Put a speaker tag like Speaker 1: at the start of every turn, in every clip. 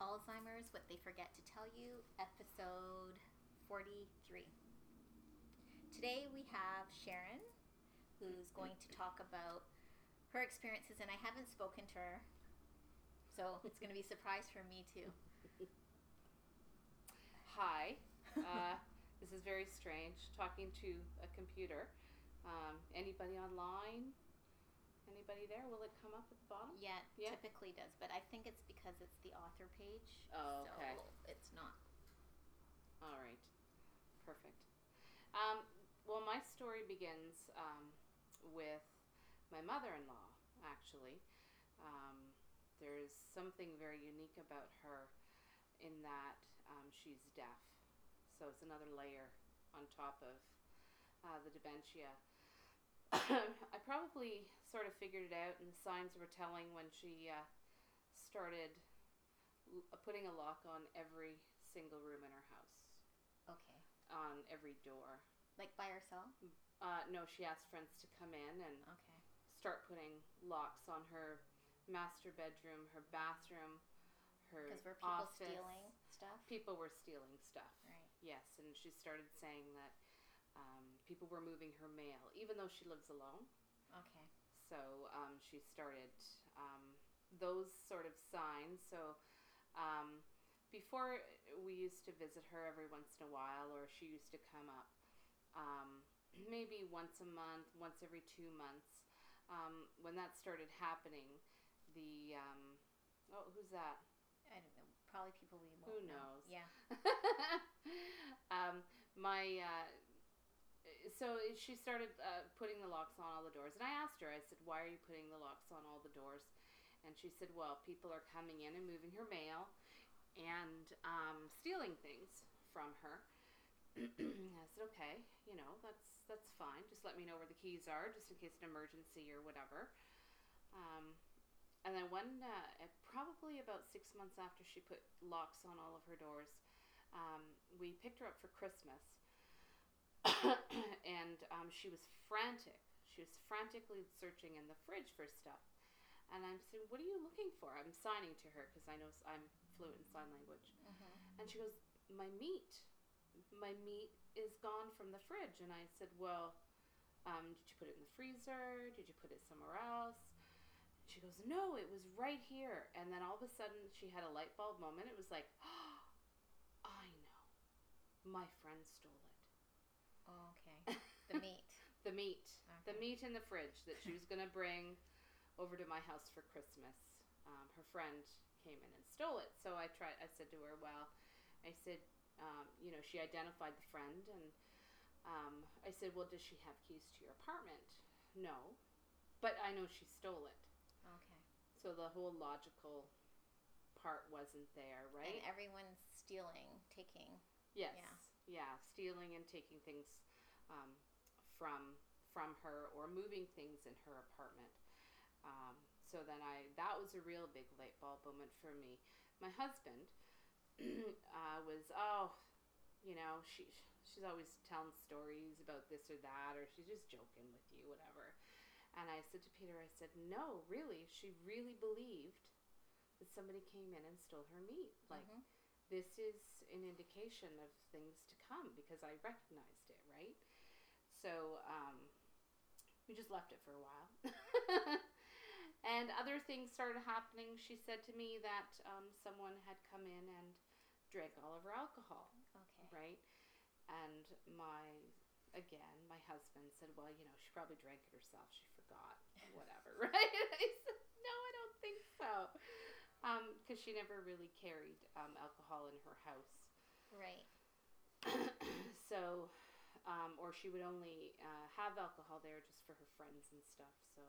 Speaker 1: Alzheimer's What They Forget to Tell You, episode 43. Today we have Sharon, who's going to talk about her experiences, and I haven't spoken to her, so it's going to be a surprise for me too.
Speaker 2: Hi. Uh, this is very strange talking to a computer. Um, anybody online? Anybody there? Will it come up at the
Speaker 1: Um,
Speaker 2: bottom?
Speaker 1: Yeah, it
Speaker 2: Yeah.
Speaker 1: typically does, but I think it's because it's the author page.
Speaker 2: Oh, okay.
Speaker 1: So it's not.
Speaker 2: All right. Perfect. Um, well, my story begins um, with my mother in law, actually. Um, there's something very unique about her in that um, she's deaf. So it's another layer on top of uh, the dementia. I probably sort of figured it out, and the signs were telling when she uh, started l- putting a lock on every single room in her house,
Speaker 1: Okay.
Speaker 2: on every door.
Speaker 1: Like by herself?
Speaker 2: Uh, no, she asked friends to come in and
Speaker 1: Okay.
Speaker 2: start putting locks on her master bedroom, her bathroom, her
Speaker 1: Because were people
Speaker 2: office.
Speaker 1: stealing stuff?
Speaker 2: People were stealing stuff.
Speaker 1: Right.
Speaker 2: Yes, and she started saying that um, people were moving her mail, even though she lives alone.
Speaker 1: Okay.
Speaker 2: So um, she started um, those sort of signs. So um, before we used to visit her every once in a while, or she used to come up um, maybe once a month, once every two months. Um, when that started happening, the um, oh, who's that?
Speaker 1: I don't know. Probably people we
Speaker 2: Who
Speaker 1: won't know.
Speaker 2: knows?
Speaker 1: Yeah.
Speaker 2: um, my uh, so she started uh, putting the locks on all the doors, and I asked her. I said, "Why are you putting the locks on all the doors?" And she said, "Well, people are coming in and moving her mail, and um, stealing things from her." I said, "Okay, you know that's that's fine. Just let me know where the keys are, just in case an emergency or whatever." Um, and then one, uh, at- probably about six months after she put locks on all of her doors, um, we picked her up for Christmas, and um, she was frantic. She was frantically searching in the fridge for stuff, and I'm saying, "What are you looking for?" I'm signing to her because I know s- I'm fluent in sign language,
Speaker 1: mm-hmm.
Speaker 2: and she goes, "My meat, my meat is gone from the fridge." And I said, "Well, um, did you put it in the freezer? Did you put it somewhere else?" She goes, No, it was right here. And then all of a sudden, she had a light bulb moment. It was like, oh, I know. My friend stole it.
Speaker 1: Oh, okay. The meat.
Speaker 2: The meat.
Speaker 1: Okay.
Speaker 2: The meat in the fridge that she was going to bring over to my house for Christmas. Um, her friend came in and stole it. So I tried, I said to her, Well, I said, um, You know, she identified the friend. And um, I said, Well, does she have keys to your apartment? No. But I know she stole it.
Speaker 1: Okay.
Speaker 2: So the whole logical part wasn't there, right?
Speaker 1: And everyone's stealing, taking.
Speaker 2: yes.
Speaker 1: yeah.
Speaker 2: Yeah. stealing and taking things um, from from her or moving things in her apartment. Um, so then I that was a real big light bulb moment for me. My husband uh, was oh, you know she she's always telling stories about this or that or she's just joking with you whatever. And I said to Peter, I said, no, really, she really believed that somebody came in and stole her meat. Like,
Speaker 1: Mhm.
Speaker 2: this is an indication of things to come because I recognized it, right? So um, we just left it for a while. and other things started happening. She said to me that um, someone had come in and drank all of her alcohol
Speaker 1: Okay.
Speaker 2: right? And my, again, my husband said, well, you know, she probably drank it herself. She forgot, whatever, right? I said, no, I don't think so. Because she never really carried um, alcohol in her house.
Speaker 1: Right.
Speaker 2: So, um, or she would only uh, have alcohol there just for her friends and stuff. So,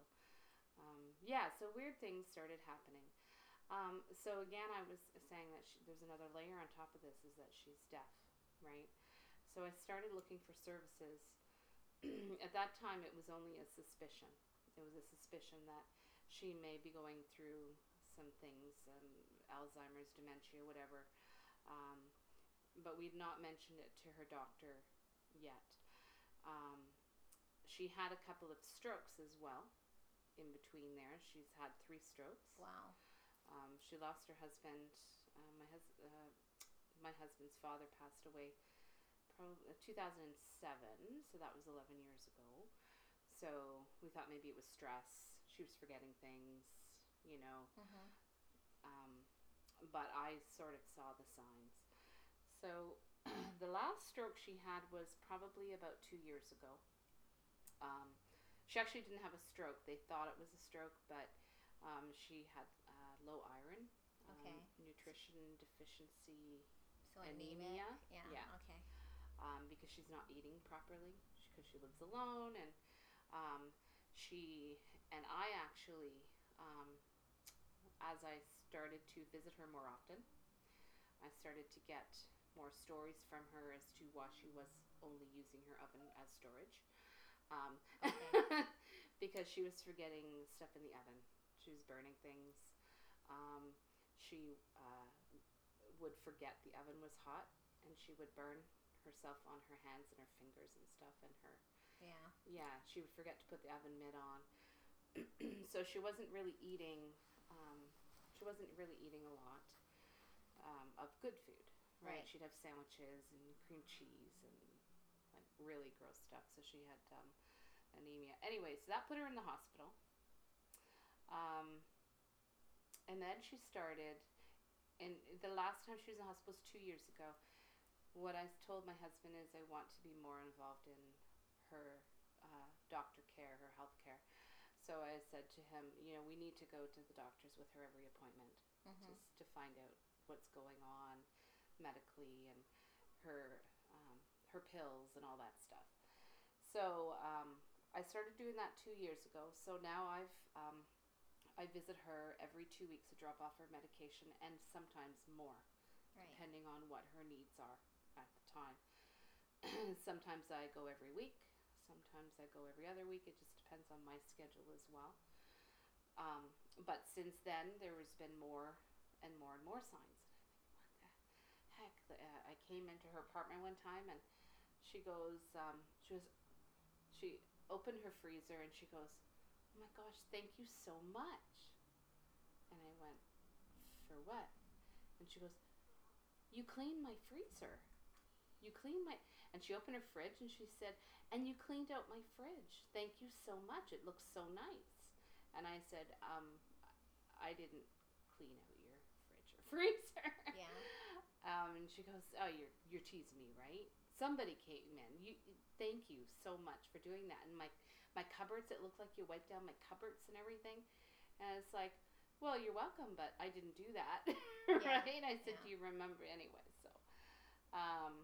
Speaker 2: um, yeah, so weird things started happening. Um, so again, I was saying that she, there's another layer on top of this is that she's deaf, right? So I started looking for services. At that time, it was only a suspicion. It was a suspicion that she may be going through some things, um, Alzheimer's, dementia, whatever. Um, but we'd not mentioned it to her doctor yet. Um, she had a couple of strokes as well in between there. She's had three strokes.
Speaker 1: Wow.
Speaker 2: Um, she lost her husband uh, my hus- uh, my husband's father passed away uh, probably 2007, so that was 11 years ago. So we thought maybe it was stress. She was forgetting things, you know.
Speaker 1: Mm-hmm.
Speaker 2: Um, but I sort of saw the signs. So the last stroke she had was probably about two years ago. Um, she actually didn't have a stroke. They thought it was a stroke, but um, she had uh, low iron, um,
Speaker 1: Okay.
Speaker 2: nutrition deficiency,
Speaker 1: So
Speaker 2: anemia.
Speaker 1: anemia. Yeah.
Speaker 2: Yeah.
Speaker 1: Okay.
Speaker 2: um, because she's not eating properly because she lives alone and um, she and I actually um, as I started to visit her more often I started to get more stories from her as to why she was only using her oven as storage um,
Speaker 1: Okay.
Speaker 2: because she was forgetting stuff in the oven she was burning things um, she uh, would forget the oven was hot and she would burn herself on her hands and her fingers and stuff and her
Speaker 1: Yeah.
Speaker 2: yeah she would forget to put the oven mitt on so she wasn't really eating um, she wasn't really eating a lot um, of good food right?
Speaker 1: Right.
Speaker 2: she'd have sandwiches and cream cheese and like really gross stuff so she had um, anemia anyway so that put her in the hospital um, and then she started and the last time she was in the hospital was two years ago what i told my husband is i want to be more involved in her uh, doctor care her health care so i said to him you know we need to go to the doctors with her every appointment
Speaker 1: Mm-hmm.
Speaker 2: just to find out what's going on medically and her um, her pills and all that stuff. So um, I started doing that two years ago. So now I've um, I visit her every two weeks to drop off her medication and sometimes more
Speaker 1: Right.
Speaker 2: depending on what her needs are at the time. sometimes I go every week, sometimes I go every other week. It just depends on my schedule as well. Um, but since then, there has been more and more and more signs. And I think, what the heck? The- Uh, I came into her apartment one time and she goes, um, she was, she opened her freezer and she goes, oh my gosh, thank you so much. And I went, for what? And she goes, you cleaned my freezer. You cleaned my. And she opened her fridge and she said, And you cleaned out my fridge. Thank you so much. It looks so nice. And I said, um, I didn't clean out your fridge or freezer.
Speaker 1: Yeah.
Speaker 2: Um, and she goes, Oh, you're, you're teasing me, right? Somebody came in. You, thank you so much for doing that. And my, my cupboards, it looked like you wiped down my cupboards and everything. And it's like, Well, you're welcome, but I didn't do that. right? I said,
Speaker 1: yeah.
Speaker 2: Do you remember? Anyway, so um,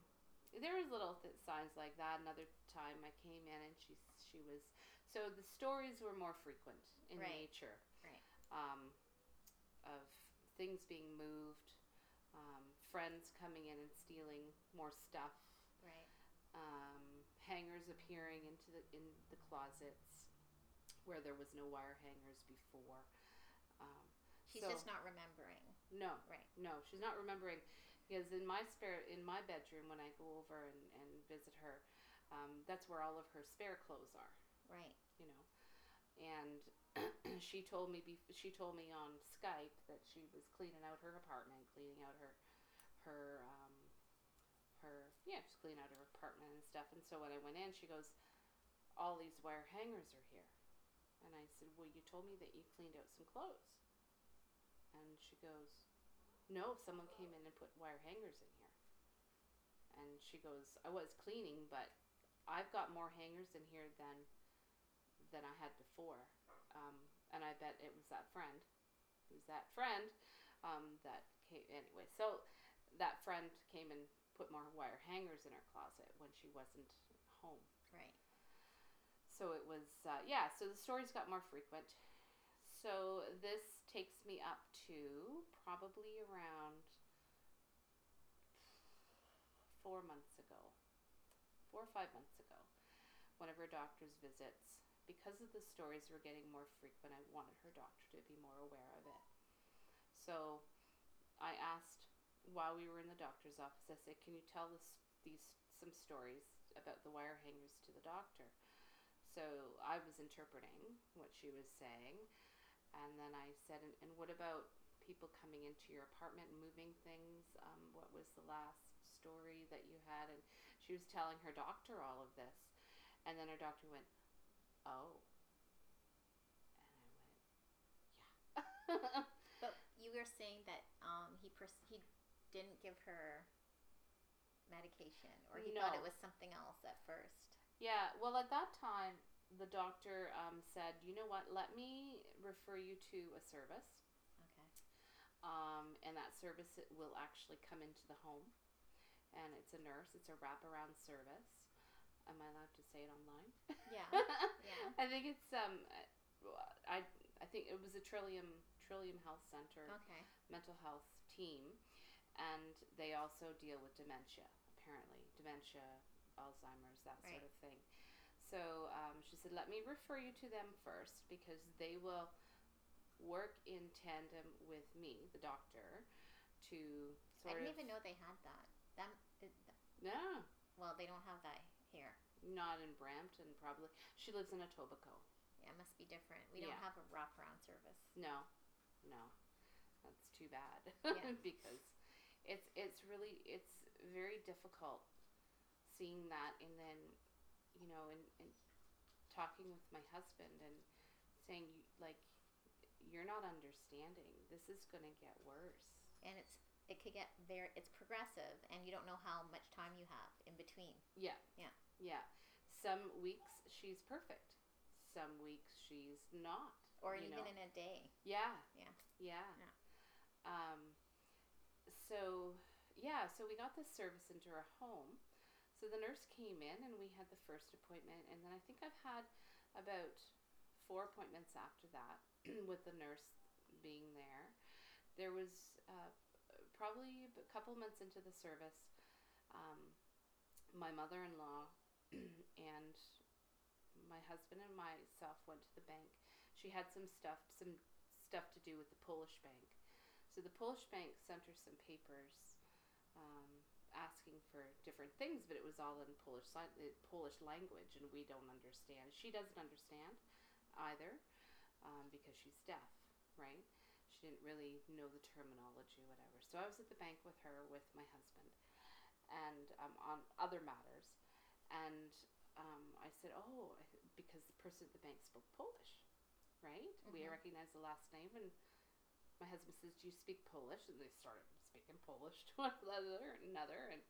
Speaker 2: there was little th- signs like that. Another time I came in and she, she was, so the stories were more frequent in
Speaker 1: Right.
Speaker 2: nature
Speaker 1: Right.
Speaker 2: um, of things being moved, um, friends coming in and stealing more stuff,
Speaker 1: Right.
Speaker 2: um, hangers appearing into the in the closets where there was no wire hangers before. Um,
Speaker 1: She's
Speaker 2: So-
Speaker 1: just not remembering.
Speaker 2: no,
Speaker 1: Right.
Speaker 2: No, she's not remembering because in my spare in my bedroom when I go over and, and visit her, um, that's where all of her spare clothes are
Speaker 1: Right.
Speaker 2: you know. And she told me bef- she told me on Skype that she was cleaning out her apartment, cleaning out her her um, her yeah, just cleaning out her apartment and stuff. And so when I went in, she goes, "All these wire hangers are here." And I said, "Well, you told me that you cleaned out some clothes." And she goes, "No, someone came in and put wire hangers in here." And she goes, "I was cleaning, but I've got more hangers in here than than I had before. Um, and I bet it was that friend. It was that friend um, that came. Anyway, so that friend came and put more wire hangers in her closet when she wasn't home.
Speaker 1: Right.
Speaker 2: So it was, uh, yeah, so the stories got more frequent. So this takes me up to probably around four months ago, four or five months ago, one of her doctor's visits. Because of the stories were getting more frequent, I wanted her doctor to be more aware of it. So I asked while we were in the doctor's office, I said, Can you tell us these some stories about the wire hangers to the doctor? So I was interpreting what she was saying, and then I said, and, and what about people coming into your apartment and moving things. Um, what was the last story that you had? And she was telling her doctor all of this. And then her doctor went, Oh. And I went, Yeah.
Speaker 1: But you were saying that um, he pers- he didn't give her medication, or he thought it
Speaker 2: No.
Speaker 1: was something else at first.
Speaker 2: yeah. Well, at that time, the doctor um, said, You know what? Let me refer you to a service.
Speaker 1: Okay.
Speaker 2: um, and that service it will actually come into the home. And it's a nurse. It's a wraparound service. Am I allowed to say it online?
Speaker 1: Yeah. Yeah.
Speaker 2: I think it's um, I I think it was a Trillium Trillium Health Center
Speaker 1: Okay.
Speaker 2: mental health team, and they also deal with dementia. Apparently, dementia, Alzheimer's, that sort
Speaker 1: Right.
Speaker 2: of thing. So um, she said, "Let me refer you to them first because they will work in tandem with me, the doctor, to
Speaker 1: I
Speaker 2: sort
Speaker 1: didn't
Speaker 2: of
Speaker 1: even know they had that. That it,
Speaker 2: no,
Speaker 1: well, they don't have that here.
Speaker 2: not in Brampton. Probably she lives in Etobicoke.
Speaker 1: Yeah, it must be different. We
Speaker 2: Yeah.
Speaker 1: don't have a wraparound service.
Speaker 2: No, no, that's too bad
Speaker 1: Yeah.
Speaker 2: because it's it's really it's very difficult seeing that and then you know and, and talking with my husband and saying like you're not understanding this is going to get worse
Speaker 1: and it's it could get very it's progressive and you don't know how much time you have in between
Speaker 2: Yeah.
Speaker 1: Yeah.
Speaker 2: Yeah. Some weeks she's perfect. Some weeks she's not.
Speaker 1: or
Speaker 2: you
Speaker 1: even
Speaker 2: know.
Speaker 1: in a day
Speaker 2: Yeah.
Speaker 1: Yeah.
Speaker 2: Yeah.
Speaker 1: Yeah.
Speaker 2: Um so yeah, so we got this service into our home. So the nurse came in and we had the first appointment and then I think I've had about four appointments after that with the nurse being there. There was uh, probably a couple months into the service um, my mother-in-law and my husband and myself went to the bank. She had some stuff, some stuff to do with the Polish bank. So the Polish bank sent her some papers um, asking for different things, but it was all in Polish si- uh, Polish language, and we don't understand. She doesn't understand either um, because she's deaf, right? She didn't really know the terminology, whatever. So I was at the bank with her, with my husband, and um, on other matters. And um, I said, "Oh, I th- because the person at the bank spoke Polish, right? We
Speaker 1: Mhm.
Speaker 2: recognize the last name." And my husband says, "Do you speak Polish?" And they started speaking Polish to one another, another, and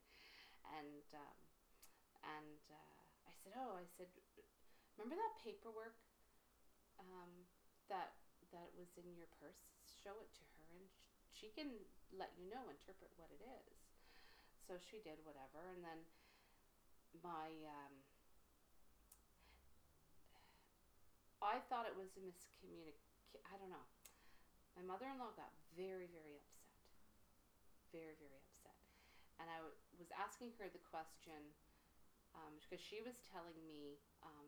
Speaker 2: and um, and uh, I said, "Oh, I said, remember that paperwork um, that that was in your purse? Show it to her, and sh- she can let you know, interpret what it is." So she did whatever, and then my um, I thought it was a miscommunic. I don't know. My mother-in-law got very, very upset, very, very upset, and I w- was asking her the question um, because she was telling me um,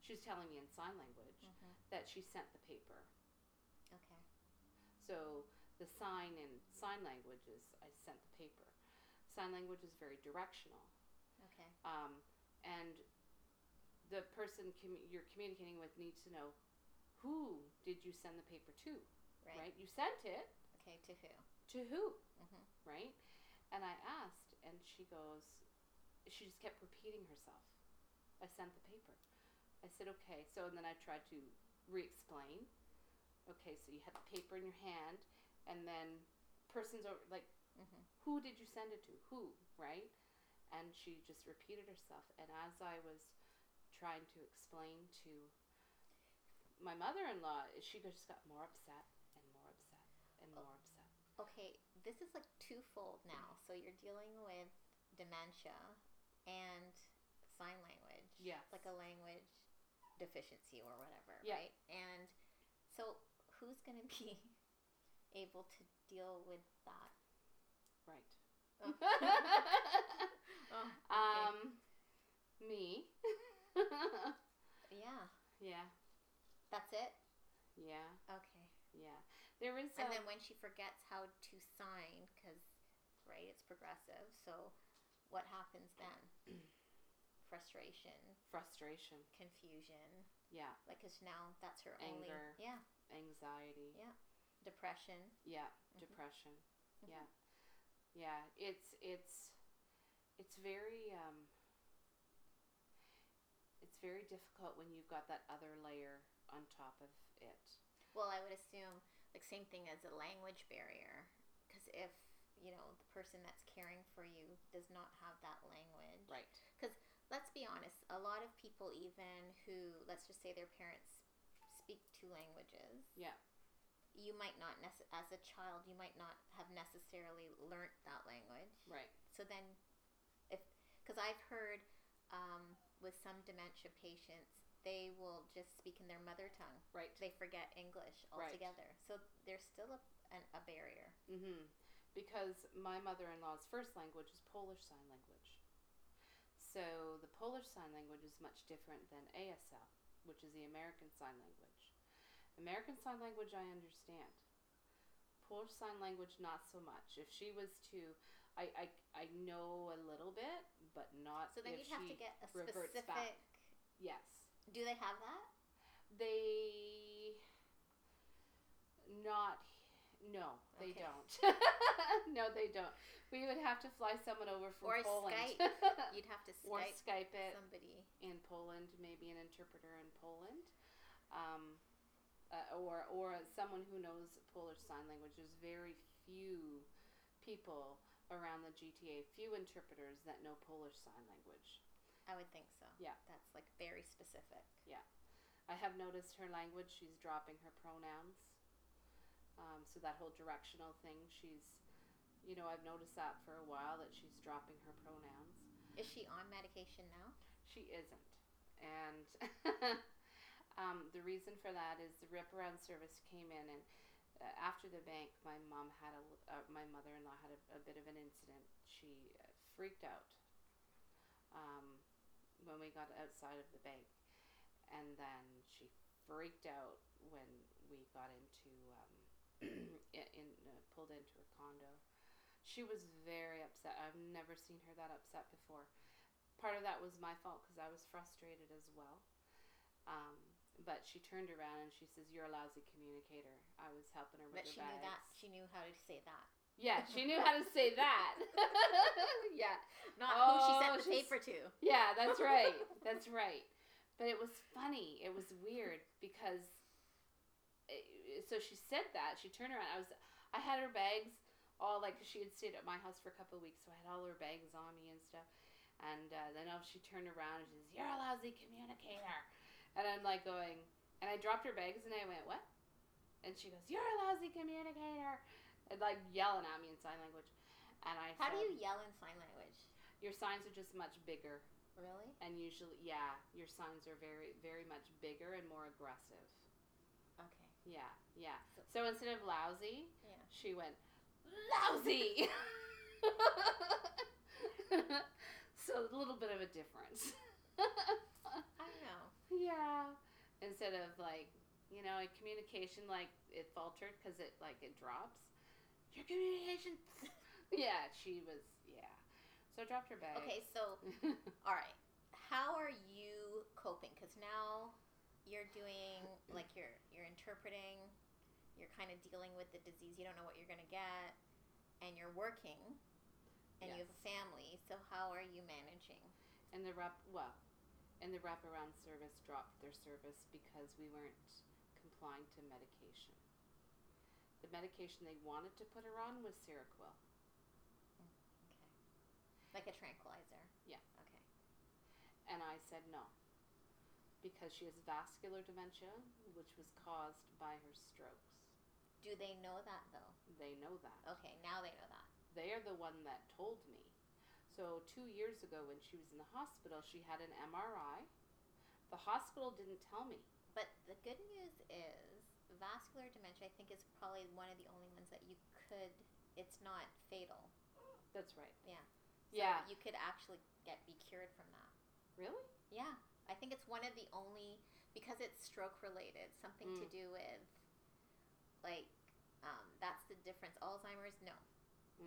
Speaker 2: she was telling me in sign language
Speaker 1: Mhm.
Speaker 2: that she sent the paper.
Speaker 1: okay
Speaker 2: So the sign in sign language is I sent the paper. Sign language is very directional
Speaker 1: okay
Speaker 2: um, and the person commu- you're communicating with needs to know who did you send the paper to
Speaker 1: right,
Speaker 2: right you sent it
Speaker 1: okay to who
Speaker 2: to who
Speaker 1: Mhm.
Speaker 2: Mm-hmm. right and i asked and she goes she just kept repeating herself i sent the paper i said okay so and then i tried to re-explain okay so you had the paper in your hand and then person's over like
Speaker 1: Mhm.
Speaker 2: who did you send it to who right and she just repeated herself and as i was trying to explain to my mother-in-law she just got more upset and more upset and more upset
Speaker 1: okay this is like twofold now so you're dealing with dementia and sign language
Speaker 2: Yes.
Speaker 1: like a language deficiency or whatever
Speaker 2: Yeah.
Speaker 1: right and so who's going to be able to deal with that
Speaker 2: Right.
Speaker 1: Oh. oh,
Speaker 2: um, me.
Speaker 1: yeah
Speaker 2: yeah,
Speaker 1: that's it
Speaker 2: yeah,
Speaker 1: okay
Speaker 2: yeah. There is.
Speaker 1: and
Speaker 2: um,
Speaker 1: then when she forgets how to sign, because right, it's progressive. So what happens then? Frustration,
Speaker 2: frustration.
Speaker 1: confusion,
Speaker 2: Yeah,
Speaker 1: like because now that's her only.
Speaker 2: Anger.
Speaker 1: Yeah,
Speaker 2: anxiety.
Speaker 1: Yeah. depression.
Speaker 2: Yeah,
Speaker 1: Mhm.
Speaker 2: depression.
Speaker 1: Mhm.
Speaker 2: Yeah, yeah. It's it's it's very um, it's very difficult when you've got that other layer on top of it.
Speaker 1: Well, I would assume like same thing as a language barrier, because if you know the person that's caring for you does not have that language,
Speaker 2: Right.
Speaker 1: let's be honest, a lot of people, even who, let's just say their parents speak two languages.
Speaker 2: Yeah.
Speaker 1: You might not, nece- as a child, you might not have necessarily learnt that language.
Speaker 2: Right.
Speaker 1: So then, if, because I've heard um, with some dementia patients, they will just speak in their mother tongue.
Speaker 2: Right.
Speaker 1: They forget English
Speaker 2: Right.
Speaker 1: altogether. So there's still a, an, a barrier.
Speaker 2: Mm-hmm. Because my mother-in-law's first language is Polish Sign Language. So the Polish Sign Language is much different than ASL, which is the American Sign Language. American Sign Language I understand. Polish Sign Language not so much. If she was to, I, I, I know a little bit, but not.
Speaker 1: So then
Speaker 2: Uh, if
Speaker 1: you'd have
Speaker 2: she-
Speaker 1: to get a
Speaker 2: reverts
Speaker 1: specific.
Speaker 2: back. Yes.
Speaker 1: Do they have that?
Speaker 2: They not no, they
Speaker 1: Okay.
Speaker 2: don't. no, they don't. We would have to fly someone over from
Speaker 1: Or
Speaker 2: Poland.
Speaker 1: Skype. You'd have to
Speaker 2: or
Speaker 1: Skype
Speaker 2: Skype it
Speaker 1: somebody.
Speaker 2: in Poland, maybe an interpreter in Poland. Um, uh, or or someone who knows Polish sign language. There's very few people around the GTA, few interpreters that know Polish sign language.
Speaker 1: I would think so.
Speaker 2: Yeah.
Speaker 1: That's like very specific.
Speaker 2: Mm-hmm. I have noticed her language. She's dropping her pronouns. Um, so that whole directional thing, she's, you know, I've noticed that for a while that she's dropping her pronouns.
Speaker 1: Is she on medication now?
Speaker 2: She isn't. And um, the reason for that is the rip around service came in, and uh, after the bank, my mom had a, l- uh, my mother in law had a, a bit of an incident. She uh, freaked out um, when we got outside of the bank, and then she freaked out when we got into um, i- in uh, pulled into a condo. She was very upset. I've never seen her that upset before part of that was my fault because I was frustrated as well. Um, but she turned around and she says, "You're a lousy communicator." I was helping her with
Speaker 1: But
Speaker 2: her
Speaker 1: she knew that.
Speaker 2: bags.
Speaker 1: She knew how to say that.
Speaker 2: Yeah, she knew how to say that. yeah,
Speaker 1: Not who she sent
Speaker 2: Oh,
Speaker 1: the
Speaker 2: she's-
Speaker 1: paper to.
Speaker 2: yeah, that's right. That's right. But it was funny. It was weird because. eh, So she said that she turned around. I was, I had her bags all like 'cause she had stayed at my house for a couple of weeks, so I had all her bags on me and stuff. And uh, then oh, she turned around and she says, "You're a lousy communicator," and I'm like going, and I dropped her bags and I went, "What?" And she goes, "You're a lousy communicator," and like yelling at me in sign language. And I
Speaker 1: How do
Speaker 2: said,
Speaker 1: you yell in sign language?
Speaker 2: Your signs are just much bigger
Speaker 1: Really?
Speaker 2: and usually yeah your signs are very very much bigger and more aggressive
Speaker 1: Okay.
Speaker 2: yeah yeah so instead of lousy
Speaker 1: Yeah.
Speaker 2: she went lousy so a little bit of a difference
Speaker 1: I don't know.
Speaker 2: yeah instead of like you know in communication like it faltered because it like it drops your communication yeah she was yeah so i dropped her bag
Speaker 1: Okay, so all right. How are you coping? Because now you're doing like you're you're interpreting. You're kind of dealing with the disease. You don't know what you're gonna get, and you're working, and you have a family. So how are you managing?
Speaker 2: and the wrap well, and the wraparound service dropped their service because we weren't complying to medication. The medication they wanted to put her on was Seroquel.
Speaker 1: Like a tranquilizer.
Speaker 2: Yeah.
Speaker 1: Okay.
Speaker 2: And I said no. Because she has vascular dementia, which was caused by her strokes.
Speaker 1: Do they know that though?
Speaker 2: They know that.
Speaker 1: Okay, now they know that.
Speaker 2: They are the one that told me. So, two years ago when she was in the hospital, she had an MRI. The hospital didn't tell me.
Speaker 1: But the good news is vascular dementia I think is probably one of the only ones that you could it's not fatal.
Speaker 2: That's right.
Speaker 1: Yeah. So
Speaker 2: Yeah.
Speaker 1: You could actually get be cured from that.
Speaker 2: Really?
Speaker 1: Yeah. I think it's one of the only because it's stroke related, something
Speaker 2: Mm.
Speaker 1: to do with like um, that's the difference. Alzheimer's, no.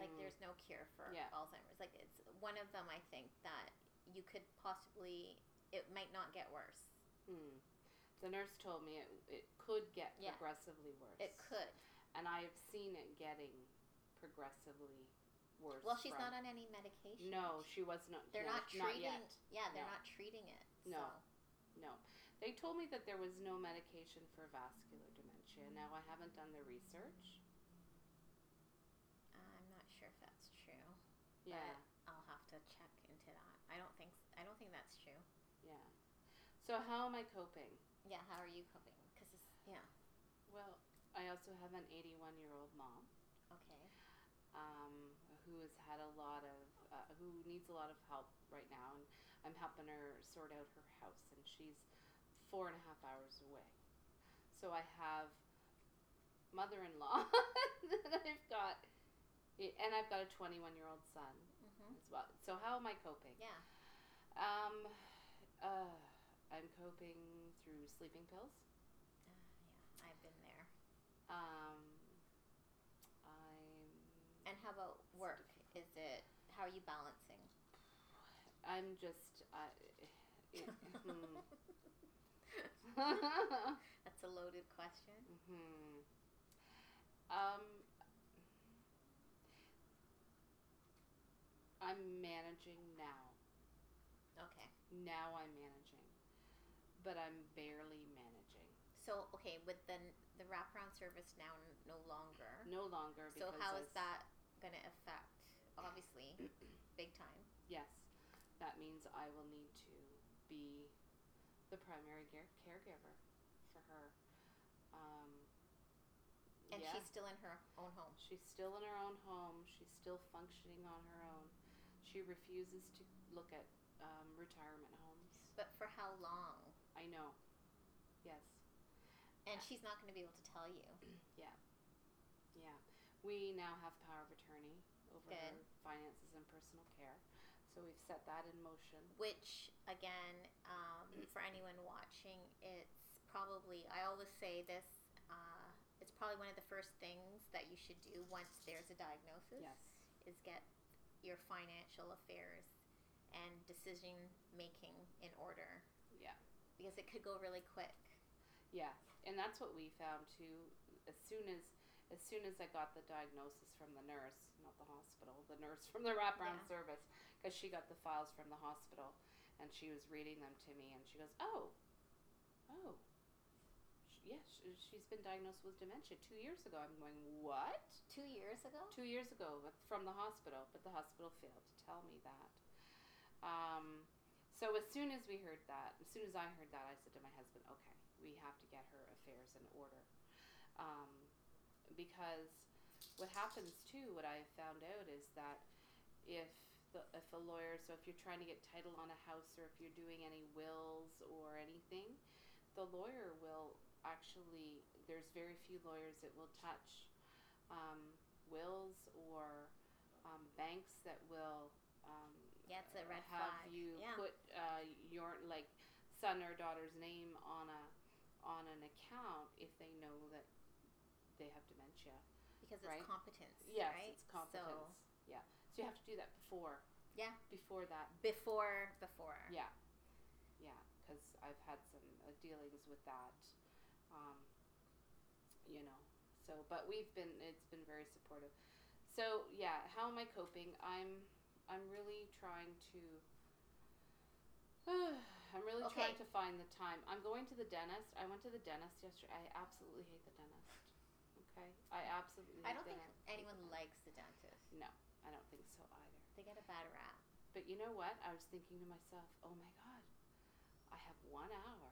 Speaker 1: Like
Speaker 2: Mm.
Speaker 1: there's no cure for
Speaker 2: Yeah.
Speaker 1: Alzheimer's. Like it's one of them I think that you could possibly it might not get worse.
Speaker 2: Hmm. The Mm. nurse told me it, it could get
Speaker 1: Yeah.
Speaker 2: progressively worse.
Speaker 1: It could.
Speaker 2: and I have seen it getting progressively worse.
Speaker 1: Well, she's
Speaker 2: from-
Speaker 1: not on any medication.
Speaker 2: No, she was not.
Speaker 1: They're
Speaker 2: no,
Speaker 1: not treating.
Speaker 2: yet.
Speaker 1: yeah, they're
Speaker 2: No.
Speaker 1: not treating it.
Speaker 2: No.
Speaker 1: so.
Speaker 2: No. They told me that there was no medication for vascular dementia. Now I haven't done the research.
Speaker 1: I'm not sure if that's true.
Speaker 2: Yeah.
Speaker 1: I'll have to check into that. I don't think I don't think that's true.
Speaker 2: Yeah. So how am I coping?
Speaker 1: Yeah, how are you coping? Because yeah,
Speaker 2: Well, I also have an 81 year old mom
Speaker 1: okay,
Speaker 2: um, who has had a lot of, uh, who needs a lot of help right now, and I'm helping her sort out her house, and she's four and a half hours away. So I have mother in law, and I've got, eh, and I've got a 21 year old son
Speaker 1: mm-hmm.
Speaker 2: as well. So how am I coping?
Speaker 1: yeah,
Speaker 2: Um, uh, I'm coping through sleeping pills.
Speaker 1: uh, yeah, I've been there.
Speaker 2: Um, I'm
Speaker 1: And how about work? Is it how are you balancing?
Speaker 2: I'm just I. It,
Speaker 1: mm-hmm.
Speaker 2: hmm. Mm-hmm.
Speaker 1: That's a loaded question.
Speaker 2: Mhm. Um, I'm managing now.
Speaker 1: Okay,
Speaker 2: Now I'm managing, but I'm barely managing.
Speaker 1: so okay with the the wraparound service now n- no longer.
Speaker 2: No longer.
Speaker 1: so
Speaker 2: Because
Speaker 1: how
Speaker 2: I
Speaker 1: is
Speaker 2: s-
Speaker 1: that going to affect? Obviously, big time.
Speaker 2: Yes, that means I will need to be the primary care- caregiver for her. Um,
Speaker 1: And
Speaker 2: yeah,
Speaker 1: she's still in her own home.
Speaker 2: she's still in her own home. She's still functioning on her own. She refuses to look at um, retirement homes.
Speaker 1: But for how long?
Speaker 2: I know. Yes.
Speaker 1: And she's not going to be able to tell you.
Speaker 2: Yeah. We now have power of attorney over
Speaker 1: Good.
Speaker 2: her finances and personal care. So we've set that in motion.
Speaker 1: which again um, for anyone watching it's probably i always say this uh, it's probably one of the first things that you should do once there's a diagnosis
Speaker 2: Yes.
Speaker 1: is get your financial affairs and decision making in order
Speaker 2: Yeah.
Speaker 1: because it could go really quick
Speaker 2: Yeah, and that's what we found too. As soon as as soon as I got the diagnosis from the nurse, not the hospital, the nurse from the wraparound
Speaker 1: Yeah.
Speaker 2: service, because she got the files from the hospital, and she was reading them to me, and she goes, "Oh, oh, sh- yeah, sh- she's been diagnosed with dementia two years ago." I'm going, "What?
Speaker 1: two years ago
Speaker 2: Two years ago with- from the hospital?" But the hospital failed to tell me that. Um, so as soon as we heard that, as soon as I heard that, I said to my husband, "Okay, we have to get her affairs in order," um, because what happens too, what I have found out is that if the, if a lawyer, so if you're trying to get title on a house or if you're doing any wills or anything, the lawyer will actually. There's very few lawyers that will touch um, wills or um, banks that will. Um,
Speaker 1: yeah it's a red
Speaker 2: have
Speaker 1: flag
Speaker 2: you
Speaker 1: yeah
Speaker 2: put uh, your like son or daughter's name on a on an account if they know that they have dementia?
Speaker 1: because it's
Speaker 2: right?
Speaker 1: competence
Speaker 2: Yes,
Speaker 1: right
Speaker 2: it's competence.
Speaker 1: so
Speaker 2: yeah, so you have to do that before.
Speaker 1: Yeah.
Speaker 2: Before that,
Speaker 1: before before
Speaker 2: Yeah. yeah, because I've had some uh, dealings with that. Um, you know, so but we've been it's been very supportive. So yeah, how am I coping? I'm I'm really trying to. I'm really
Speaker 1: Okay.
Speaker 2: trying to find the time. I'm going to the dentist. I went to the dentist yesterday. I absolutely hate the dentist. Okay, I absolutely.
Speaker 1: i
Speaker 2: hate
Speaker 1: don't
Speaker 2: the
Speaker 1: think
Speaker 2: dentist.
Speaker 1: anyone likes the dentist
Speaker 2: I don't think so either.
Speaker 1: they get a bad rap
Speaker 2: But you know what? I was thinking to myself, oh my God, I have one hour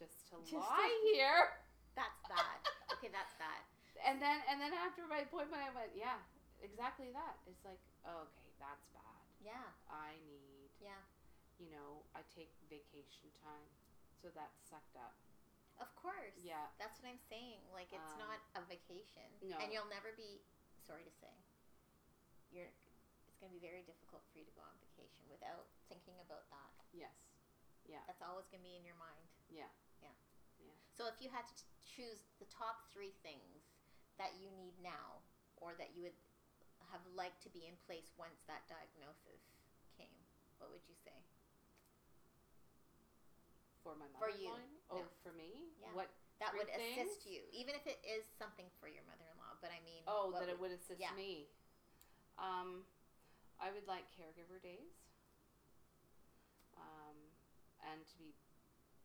Speaker 2: just to
Speaker 1: Just to-
Speaker 2: lie here.
Speaker 1: that's bad okay that's bad
Speaker 2: And then, and then after my appointment, I went, yeah, exactly that. It's like, okay, that's bad.
Speaker 1: yeah
Speaker 2: I need,
Speaker 1: Yeah.
Speaker 2: you know, I take vacation time. So that's sucked up.
Speaker 1: Of course.
Speaker 2: Yeah.
Speaker 1: That's what I'm saying. Like it's
Speaker 2: Um,
Speaker 1: not a vacation.
Speaker 2: no.
Speaker 1: And you'll never be sorry to say. You're it's gonna be very difficult for you to go on vacation without thinking about that.
Speaker 2: Yes.
Speaker 1: That's always gonna be in your mind.
Speaker 2: Yeah.
Speaker 1: Yeah.
Speaker 2: Yeah.
Speaker 1: So if you had to t- choose the top three things that you need now or that you would have liked to be in place once that diagnosis came, what would you say?
Speaker 2: For my mother.
Speaker 1: For you.
Speaker 2: Oh,
Speaker 1: No.
Speaker 2: for me?
Speaker 1: Yeah.
Speaker 2: What?
Speaker 1: That
Speaker 2: Three
Speaker 1: would assist
Speaker 2: things?
Speaker 1: you, even if it is something for your mother in law. but I mean,
Speaker 2: Oh,
Speaker 1: what
Speaker 2: that it would assist
Speaker 1: yeah.
Speaker 2: me. Um, I would like caregiver days. Um, and to be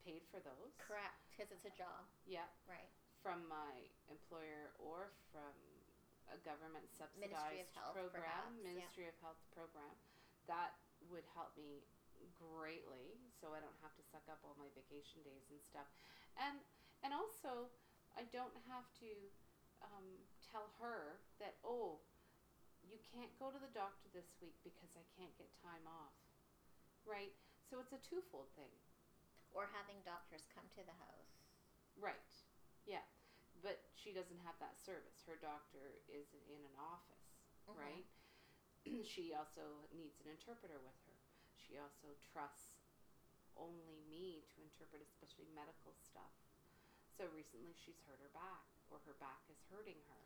Speaker 2: paid for those.
Speaker 1: correct because it's a job,
Speaker 2: Yeah,
Speaker 1: right?
Speaker 2: from my employer or from a government subsidized
Speaker 1: Ministry of Health,
Speaker 2: program,
Speaker 1: perhaps, yeah.
Speaker 2: Ministry of Health program. That would help me greatly so I don't have to suck up all my vacation days and stuff. And and also I don't have to um, tell her that oh you can't go to the doctor this week because I can't get time off. Right? So it's a twofold thing.
Speaker 1: Or having doctors come to the house.
Speaker 2: Right. Yeah. But she doesn't have that service. Her doctor is in an office,
Speaker 1: Mhm.
Speaker 2: right? she also needs an interpreter with her. She also trusts only me to interpret, especially medical stuff. So recently she's hurt her back, or her back is hurting her.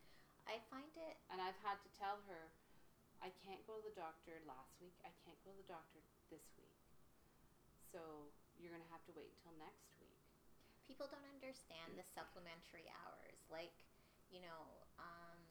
Speaker 1: I find it
Speaker 2: And I've had to tell her, I can't go to the doctor last week. I can't go to the doctor this week. So you're going to have to wait until next week.
Speaker 1: people don't understand the supplementary hours like you know um,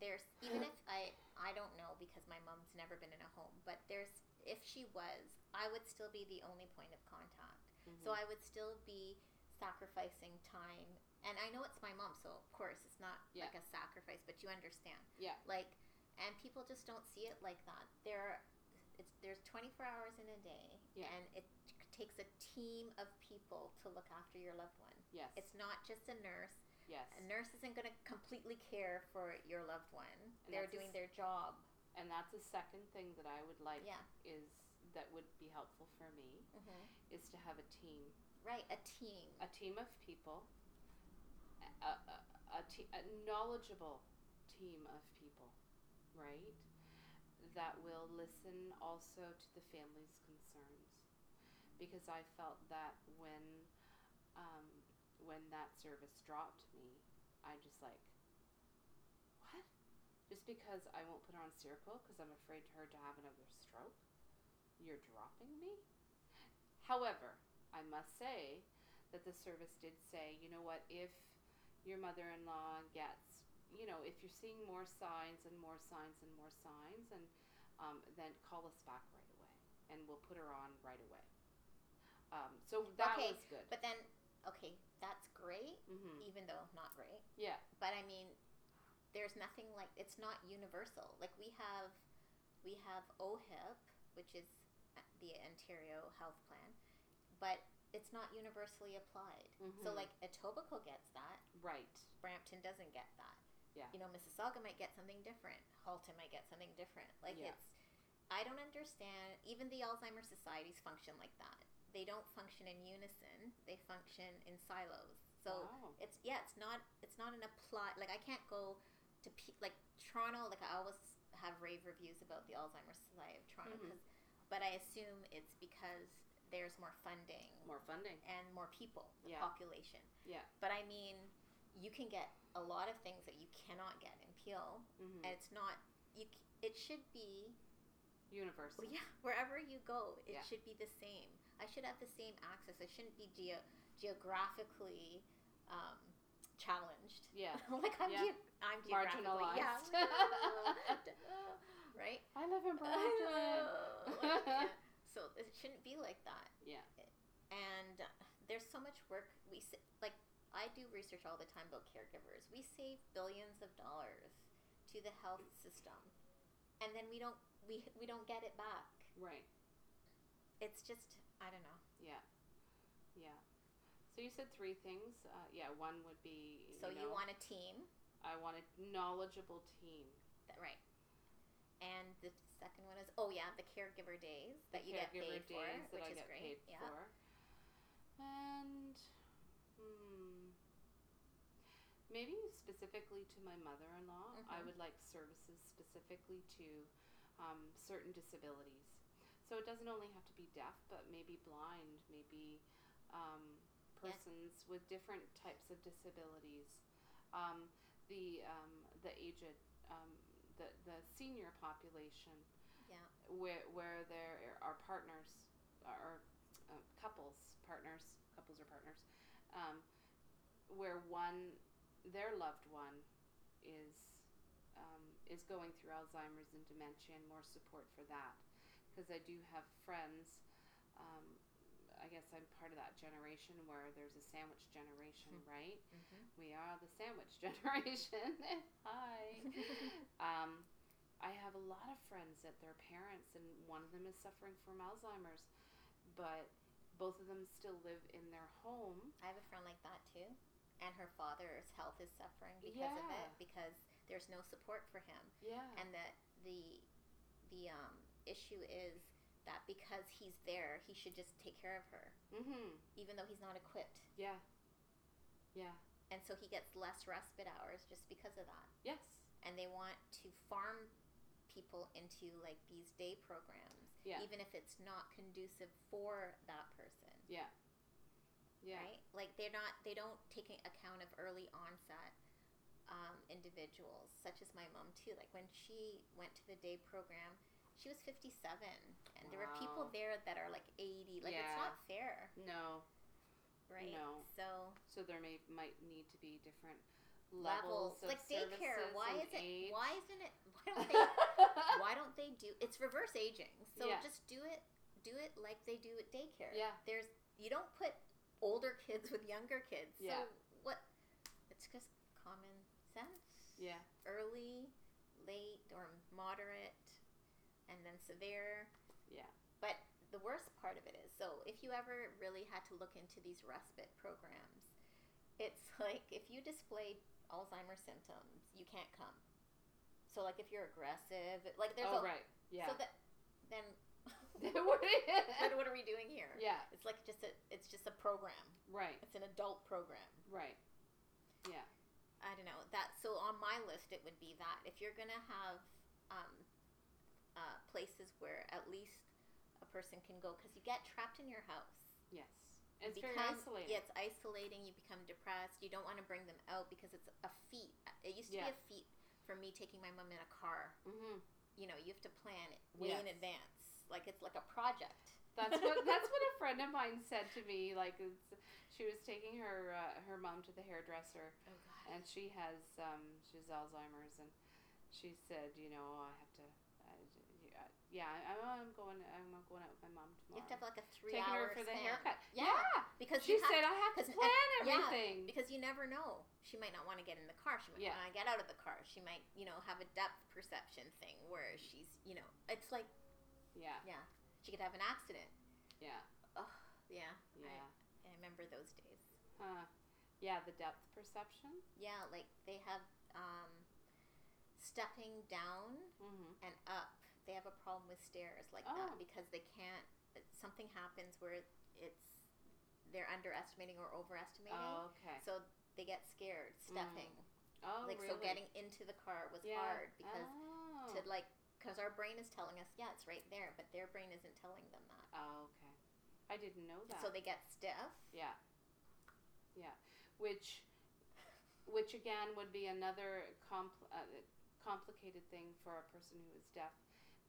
Speaker 1: there's even if i i don't know because my mom's never been in a home but there's if she was i would still be the only point of contact so
Speaker 2: Mm-hmm.
Speaker 1: i would still be sacrificing time and i know it's my mom so of course it's not
Speaker 2: Yeah.
Speaker 1: like a sacrifice but you understand
Speaker 2: Yeah.
Speaker 1: like and people just don't see it like that there are it's there's 24 hours in a day
Speaker 2: Yeah.
Speaker 1: and it t- takes a team of people to look after your loved one
Speaker 2: yes.
Speaker 1: it's not just a nurse
Speaker 2: yes.
Speaker 1: a nurse isn't going to completely care for your loved one
Speaker 2: And
Speaker 1: they're
Speaker 2: that's a
Speaker 1: doing
Speaker 2: s-
Speaker 1: their job
Speaker 2: And that's the second thing that I would like Mm-hmm.
Speaker 1: yeah
Speaker 2: is that would be helpful for me
Speaker 1: hmm
Speaker 2: is to have a team,
Speaker 1: right a team
Speaker 2: a team of people, a, a, a, te- a knowledgeable team of people, right? That will listen also to the family's concerns, because I felt that when, um, when that service dropped me, I just like, what? Just because I won't put her on Seroquel because I'm afraid her to have another stroke? You're dropping me? However, I must say that the service did say, you know what, if your mother in law gets, you know, if you're seeing more signs and more signs and more signs, and um, then call us back right away and we'll put her on right away. Um, so that
Speaker 1: Okay,
Speaker 2: was good.
Speaker 1: but then okay that's great
Speaker 2: hmm
Speaker 1: even though not great
Speaker 2: Yeah.
Speaker 1: but i mean there's nothing like it's not universal like we have we have ohip which is uh, the ontario health plan but it's not universally applied so
Speaker 2: Mhm.
Speaker 1: like etobicoke gets that
Speaker 2: right.
Speaker 1: brampton doesn't get that
Speaker 2: Yeah.
Speaker 1: you know mississauga might get something different halton might get something different like
Speaker 2: Yeah.
Speaker 1: it's i don't understand even the alzheimer's societies function like that they don't function in unison they function in silos so
Speaker 2: Wow.
Speaker 1: it's yeah it's not it's not an apply like i can't go to pe- like toronto like i always have rave reviews about the alzheimer's society of toronto
Speaker 2: Mhm.
Speaker 1: 'cause- but i assume it's because there's more funding
Speaker 2: more funding.
Speaker 1: and more people the
Speaker 2: Yeah.
Speaker 1: population
Speaker 2: Yeah.
Speaker 1: but i mean you can get a lot of things that you cannot get in peel
Speaker 2: hmm
Speaker 1: and it's not you c- it should be
Speaker 2: Universal.
Speaker 1: well, Oh, yeah, wherever you go, it
Speaker 2: Yeah.
Speaker 1: should be the same. I should have the same access. I shouldn't be geo- geographically um, challenged.
Speaker 2: Yeah.
Speaker 1: like I'm,
Speaker 2: Yeah.
Speaker 1: ge- I'm geographically, yeah,
Speaker 2: Marginalized.
Speaker 1: right.
Speaker 2: I live in
Speaker 1: Yeah. So it shouldn't be like that.
Speaker 2: Yeah.
Speaker 1: And uh, there's so much work we s like. I do research all the time about caregivers. We save billions of dollars to the health system, and then we don't we we don't get it back
Speaker 2: right.
Speaker 1: it's just I don't know.
Speaker 2: Yeah. So you said three things. Uh, yeah. One would be.
Speaker 1: So you
Speaker 2: know,
Speaker 1: want a team,
Speaker 2: I want a knowledgeable team.
Speaker 1: that, right? And the second one is oh yeah, the caregiver days that
Speaker 2: The
Speaker 1: you get paid
Speaker 2: caregiver
Speaker 1: for,
Speaker 2: days that
Speaker 1: which
Speaker 2: I
Speaker 1: is
Speaker 2: get
Speaker 1: great.
Speaker 2: paid
Speaker 1: yeah,
Speaker 2: for. And hmm, maybe specifically to my mother-in-law,
Speaker 1: Mhm.
Speaker 2: I would like services specifically to um, certain disabilities. So it doesn't only have to be deaf, but maybe blind, maybe um,
Speaker 1: Yeah.
Speaker 2: persons with different types of disabilities. Um, the um, the aged, um, the the senior population
Speaker 1: yeah,
Speaker 2: where where there are partners or uh, couples partners couples or partners um, where one their loved one is um, is going through Alzheimer's and dementia, and more support for that. Because I do have friends. Um, I guess I'm part of that generation where there's a sandwich generation, right?
Speaker 1: Mm-hmm.
Speaker 2: We are the sandwich generation. Hi. um, I have a lot of friends that their parents, and one of them is suffering from Alzheimer's, but both of them still live in their home.
Speaker 1: I have a friend like that too, and her father's health is suffering because of it
Speaker 2: Yeah.
Speaker 1: because there's no support for him,
Speaker 2: Yeah.
Speaker 1: and that the the um, issue is that because he's there, he should just take care of her,
Speaker 2: Mm-hmm.
Speaker 1: even though he's not equipped,
Speaker 2: Yeah. Yeah.
Speaker 1: and so he gets less respite hours just because of that.
Speaker 2: Yes.
Speaker 1: And they want to farm people into like these day programs,
Speaker 2: Yeah.
Speaker 1: even if it's not conducive for that person.
Speaker 2: Yeah.
Speaker 1: right? Like they're not they don't take a- account of early onset um, individuals, such as my mom too. Like when she went to the day program, she was fifty seven, and there were people
Speaker 2: Wow.
Speaker 1: there that are like eighty. Like
Speaker 2: Yeah.
Speaker 1: it's not fair,
Speaker 2: No.
Speaker 1: right?
Speaker 2: No.
Speaker 1: So
Speaker 2: So there may might need to be different
Speaker 1: levels,
Speaker 2: levels, of
Speaker 1: like daycare.
Speaker 2: services
Speaker 1: Why
Speaker 2: and
Speaker 1: is it?
Speaker 2: Age.
Speaker 1: Why isn't it? Why don't they? why don't they do? It's reverse aging. So
Speaker 2: Yeah.
Speaker 1: just do it. Do it like they do at daycare.
Speaker 2: Yeah.
Speaker 1: There's you don't put older kids with younger kids.
Speaker 2: Yeah.
Speaker 1: So what? It's just common sense.
Speaker 2: yeah.
Speaker 1: Early, late, or moderate, and then severe.
Speaker 2: Yeah.
Speaker 1: But the worst part of it is, so if you ever really had to look into these respite programs, it's like if you display Alzheimer's symptoms, you can't come. So like if you're aggressive, like there's
Speaker 2: oh
Speaker 1: a
Speaker 2: right. Yeah.
Speaker 1: so that then
Speaker 2: What is it?
Speaker 1: what, what are we doing here?
Speaker 2: yeah.
Speaker 1: It's like just a it's just a program.
Speaker 2: Right.
Speaker 1: It's an adult program.
Speaker 2: Right.
Speaker 1: I don't know that. So on my list, it would be that if you're gonna have um, uh, places where at least a person can go, because you get trapped in your house.
Speaker 2: Yes. It's very
Speaker 1: Become-
Speaker 2: isolating.
Speaker 1: Yeah, it's isolating. You become depressed. You don't want to bring them out because it's a feat. It used to
Speaker 2: Yeah.
Speaker 1: be a feat for me taking my mom in a car.
Speaker 2: Mm-hmm.
Speaker 1: You know, you have to plan it way in
Speaker 2: Yes.
Speaker 1: advance. Like it's like a project.
Speaker 2: That's what that's what a friend of mine said to me. Like it's, she was taking her uh, her mom to the hairdresser,
Speaker 1: Oh God.
Speaker 2: and she has um, she has Alzheimer's, and she said, you know, "Oh, I have to, I, yeah, yeah, I'm, I'm going, I'm going out with my mom
Speaker 1: You
Speaker 2: tomorrow.
Speaker 1: have to have like a three
Speaker 2: taking her
Speaker 1: hour
Speaker 2: for the
Speaker 1: span.
Speaker 2: haircut.
Speaker 1: Yeah. Because
Speaker 2: she
Speaker 1: you have,
Speaker 2: said I have to
Speaker 1: 'cause- uh,
Speaker 2: plan
Speaker 1: yeah.
Speaker 2: everything.
Speaker 1: because you never know. She might not want to get in the car. She might
Speaker 2: Yeah.
Speaker 1: want to get out of the car. She might, you know, have a depth perception thing where she's, you know, it's like
Speaker 2: Yeah,
Speaker 1: she could have an accident.
Speaker 2: yeah,
Speaker 1: Yeah.
Speaker 2: yeah,
Speaker 1: I remember those days.
Speaker 2: huh. yeah. The depth perception.
Speaker 1: Yeah, like they have um, stepping down
Speaker 2: Mm-hmm.
Speaker 1: and up. They have a problem with stairs like
Speaker 2: Oh.
Speaker 1: that because they can't. Something happens where it's they're underestimating or overestimating.
Speaker 2: Oh, okay. Mm.
Speaker 1: So they get scared stepping.
Speaker 2: Oh,
Speaker 1: like
Speaker 2: really?
Speaker 1: so getting into the car was
Speaker 2: Yeah.
Speaker 1: hard because
Speaker 2: oh.
Speaker 1: to like because our brain is telling us yeah it's right there but their brain isn't telling them that
Speaker 2: oh, okay. I didn't know that.
Speaker 1: so they get stiff
Speaker 2: Yeah. Yeah. Which which again would be another compl- uh, complicated thing for a person who is deaf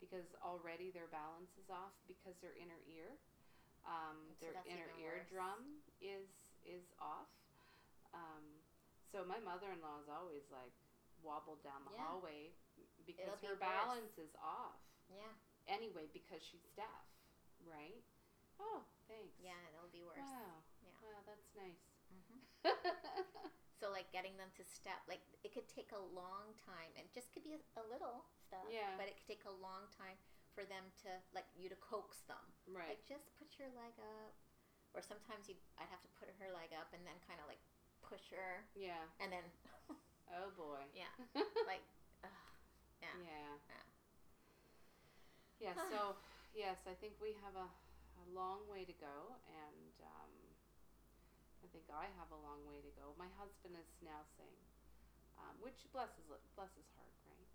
Speaker 2: because already their balance is off because their inner ear um,
Speaker 1: So
Speaker 2: their
Speaker 1: that's
Speaker 2: inner
Speaker 1: even worse.
Speaker 2: eardrum is is off. Um, so my mother-in-law is always like wobbled down the
Speaker 1: Yeah.
Speaker 2: hallway because
Speaker 1: It'll be
Speaker 2: her
Speaker 1: worse.
Speaker 2: balance is off.
Speaker 1: yeah
Speaker 2: Anyway, because she's deaf, right? Oh, thanks.
Speaker 1: yeah that'll be worse
Speaker 2: Wow.
Speaker 1: Yeah.
Speaker 2: Wow, that's nice.
Speaker 1: Mhm. so like getting them to step like it could take a long time and just could be a, a little stuff
Speaker 2: Yeah.
Speaker 1: but it could take a long time for them to like you to coax them
Speaker 2: right.
Speaker 1: like just put your leg up or sometimes you i'd have to put her leg up and then kind of like push her
Speaker 2: Yeah.
Speaker 1: and then
Speaker 2: Oh boy.
Speaker 1: Yeah.
Speaker 2: like.
Speaker 1: ugh. Yeah.
Speaker 2: Yeah.
Speaker 1: Yeah.
Speaker 2: Yeah. So yes, I think we have a, a long way to go, and um, I think I have a long way to go. My husband is now saying, um, which bless his li- bless his heart, right?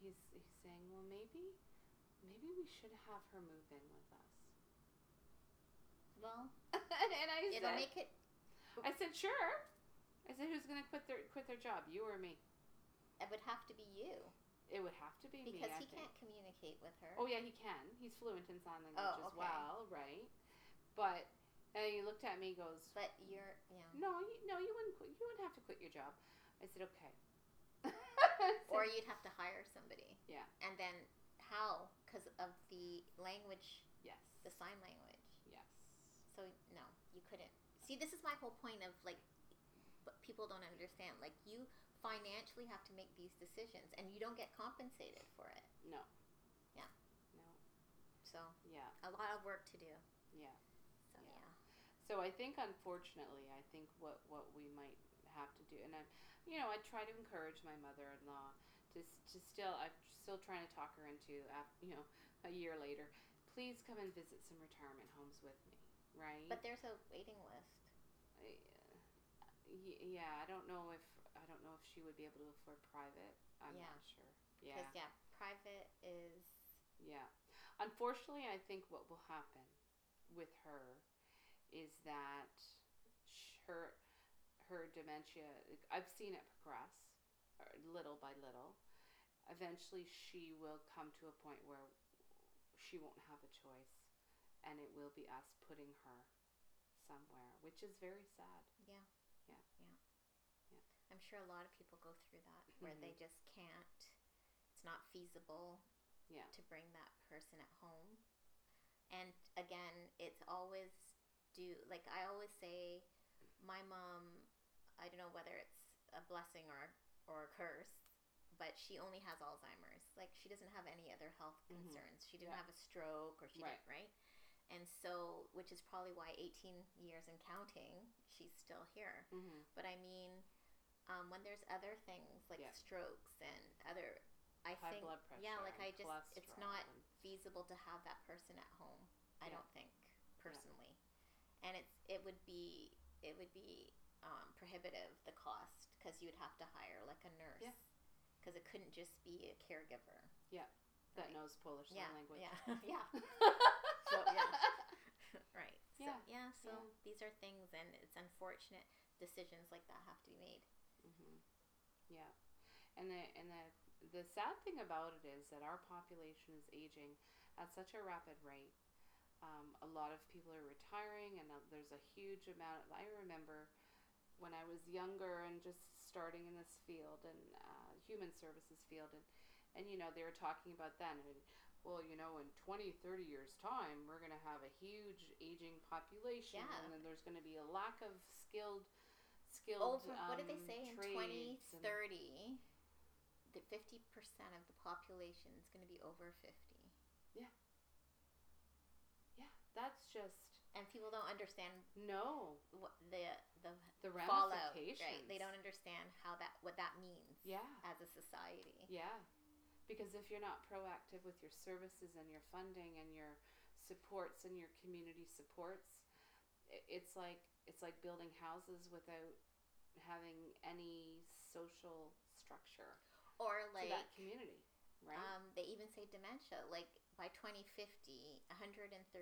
Speaker 2: He's he's saying, well, maybe maybe we should have her move in with us.
Speaker 1: well
Speaker 2: and I
Speaker 1: it'll
Speaker 2: said,
Speaker 1: make it
Speaker 2: I said, sure. I said, who's gonna quit their quit their job? You or me?
Speaker 1: it would have to be you
Speaker 2: It would have to be me.
Speaker 1: because
Speaker 2: I
Speaker 1: he
Speaker 2: think.
Speaker 1: can't communicate with her.
Speaker 2: Oh yeah, he can. He's fluent in sign language
Speaker 1: Oh,
Speaker 2: as
Speaker 1: okay.
Speaker 2: well, right? But and he looked at me, and goes,
Speaker 1: But you're, yeah,
Speaker 2: "No, you, no, you wouldn't. Quit, you wouldn't have to quit your job." I said, "Okay,
Speaker 1: or you'd have to hire somebody.
Speaker 2: Yeah.
Speaker 1: And then how? Because of the language,
Speaker 2: yes.
Speaker 1: the sign language.
Speaker 2: Yes.
Speaker 1: So no, you couldn't. See, this is my whole point of like, but people don't understand. Like you financially have to make these decisions, and you don't get compensated for it.
Speaker 2: No.
Speaker 1: Yeah.
Speaker 2: No.
Speaker 1: So
Speaker 2: Yeah.
Speaker 1: a lot of work to do.
Speaker 2: Yeah.
Speaker 1: So
Speaker 2: Yeah.
Speaker 1: yeah.
Speaker 2: So I think, unfortunately, I think what what we might have to do, and I, you know, I try to encourage my mother-in-law to s- to still, I'm still trying to talk her into, af- you know, a year later, please come and visit some retirement homes with me, right?
Speaker 1: But there's a waiting list.
Speaker 2: I- y- yeah, I don't know if I don't know if she would be able to afford private. I'm
Speaker 1: Yeah.
Speaker 2: not sure. Yeah.
Speaker 1: Because yeah, private is
Speaker 2: Yeah. Unfortunately, I think what will happen with her is that sh- her her dementia I've seen it progress uh, little by little. Eventually, she will come to a point where she won't have a choice and it will be us putting her somewhere, which is very sad.
Speaker 1: yeah.
Speaker 2: Yeah.
Speaker 1: Yeah.
Speaker 2: Yeah.
Speaker 1: I'm sure a lot of people go through that where they
Speaker 2: Mm-hmm.
Speaker 1: just can't. It's not feasible.
Speaker 2: Yeah.
Speaker 1: To bring that person at home, and again, it's always do like I always say, my mom. I don't know whether it's a blessing or or a curse, but she only has Alzheimer's. Like she doesn't have any other health
Speaker 2: Mhm.
Speaker 1: concerns. She didn't
Speaker 2: Yeah.
Speaker 1: have a stroke or she
Speaker 2: Right.
Speaker 1: didn't right. And so, which is probably why 18 years and counting, she's still here.
Speaker 2: Mm-hmm.
Speaker 1: But I mean, um, when there's other things like
Speaker 2: Yeah.
Speaker 1: strokes and other, I
Speaker 2: High
Speaker 1: think,
Speaker 2: blood pressure.
Speaker 1: yeah, like
Speaker 2: and
Speaker 1: I just, it's
Speaker 2: cholesterol
Speaker 1: not
Speaker 2: and-
Speaker 1: feasible to have that person at home. I
Speaker 2: Yeah.
Speaker 1: don't think personally, and it's it would be it would be um, prohibitive the cost because you would have to hire like a nurse
Speaker 2: Yeah.
Speaker 1: because it couldn't just be a caregiver.
Speaker 2: that
Speaker 1: right.
Speaker 2: knows Polish sign
Speaker 1: yeah,
Speaker 2: language.
Speaker 1: yeah, yeah,
Speaker 2: so,
Speaker 1: yeah. right.
Speaker 2: Yeah,
Speaker 1: So, yeah. So
Speaker 2: yeah.
Speaker 1: these are things, and it's unfortunate decisions like that have to be made.
Speaker 2: hmm Yeah, and the and the the sad thing about it is that our population is aging at such a rapid rate. Um, a lot of people are retiring, and uh, there's a huge amount. I remember when I was younger and just starting in this field and uh, human services field, and and you know they were talking about then. And, well, you know, in 20, 30 years' time, we're going to have a huge aging population,
Speaker 1: Yeah.
Speaker 2: and then there's going to be a lack of skilled, skilled.
Speaker 1: Oh, for- what did they
Speaker 2: um,
Speaker 1: say in
Speaker 2: trades
Speaker 1: twenty
Speaker 2: and-
Speaker 1: thirty? That fifty percent of the population is going to be over fifty,
Speaker 2: Yeah, that's just
Speaker 1: and people don't understand
Speaker 2: no
Speaker 1: what the the
Speaker 2: the
Speaker 1: fallout.
Speaker 2: ramifications.
Speaker 1: Right? They don't understand how that what that means.
Speaker 2: Yeah,
Speaker 1: As a society.
Speaker 2: yeah. Because if you're not proactive with your services and your funding and your supports and your community supports, i- it's like it's like building houses without having any social structure
Speaker 1: Or
Speaker 2: to
Speaker 1: like
Speaker 2: that community, right?
Speaker 1: Um, they even say dementia. Like by 2050, 135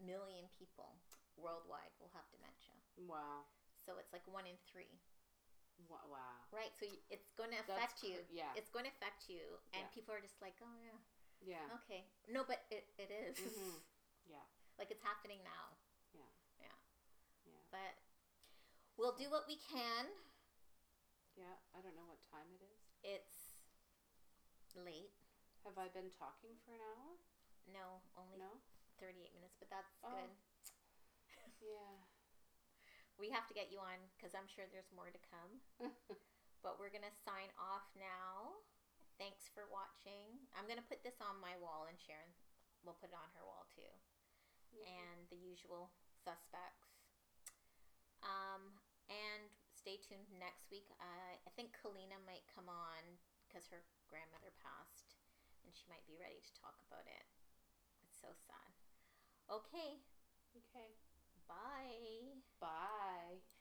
Speaker 1: million people worldwide will have dementia.
Speaker 2: wow,
Speaker 1: So it's like one in three,
Speaker 2: wow, wow.
Speaker 1: right? So you, it's going to
Speaker 2: That's
Speaker 1: affect you.
Speaker 2: cr- yeah.
Speaker 1: It's going to affect you, and
Speaker 2: Yeah.
Speaker 1: people are just like, oh yeah,
Speaker 2: Yeah,
Speaker 1: okay. No, but it, it is.
Speaker 2: Mhm. Yeah.
Speaker 1: Like it's happening now.
Speaker 2: Yeah.
Speaker 1: Yeah.
Speaker 2: Yeah.
Speaker 1: But we'll do what we can.
Speaker 2: yeah. I don't know what time it is.
Speaker 1: It's late.
Speaker 2: Have I been talking for an hour?
Speaker 1: No, only
Speaker 2: No.
Speaker 1: 38 minutes, but that's
Speaker 2: Oh.
Speaker 1: good.
Speaker 2: Yeah.
Speaker 1: We have to get you on because I'm sure there's more to come. but we're going to sign off now. Thanks for watching. I'm going to put this on my wall, and Sharon will put it on her wall too. And the usual suspects. Um, and stay tuned next week. Uh, I think Kalina might come on because her grandmother passed, and she might be ready to talk about it. It's so sad. Okay,
Speaker 2: Okay.
Speaker 1: bye.
Speaker 2: Bye.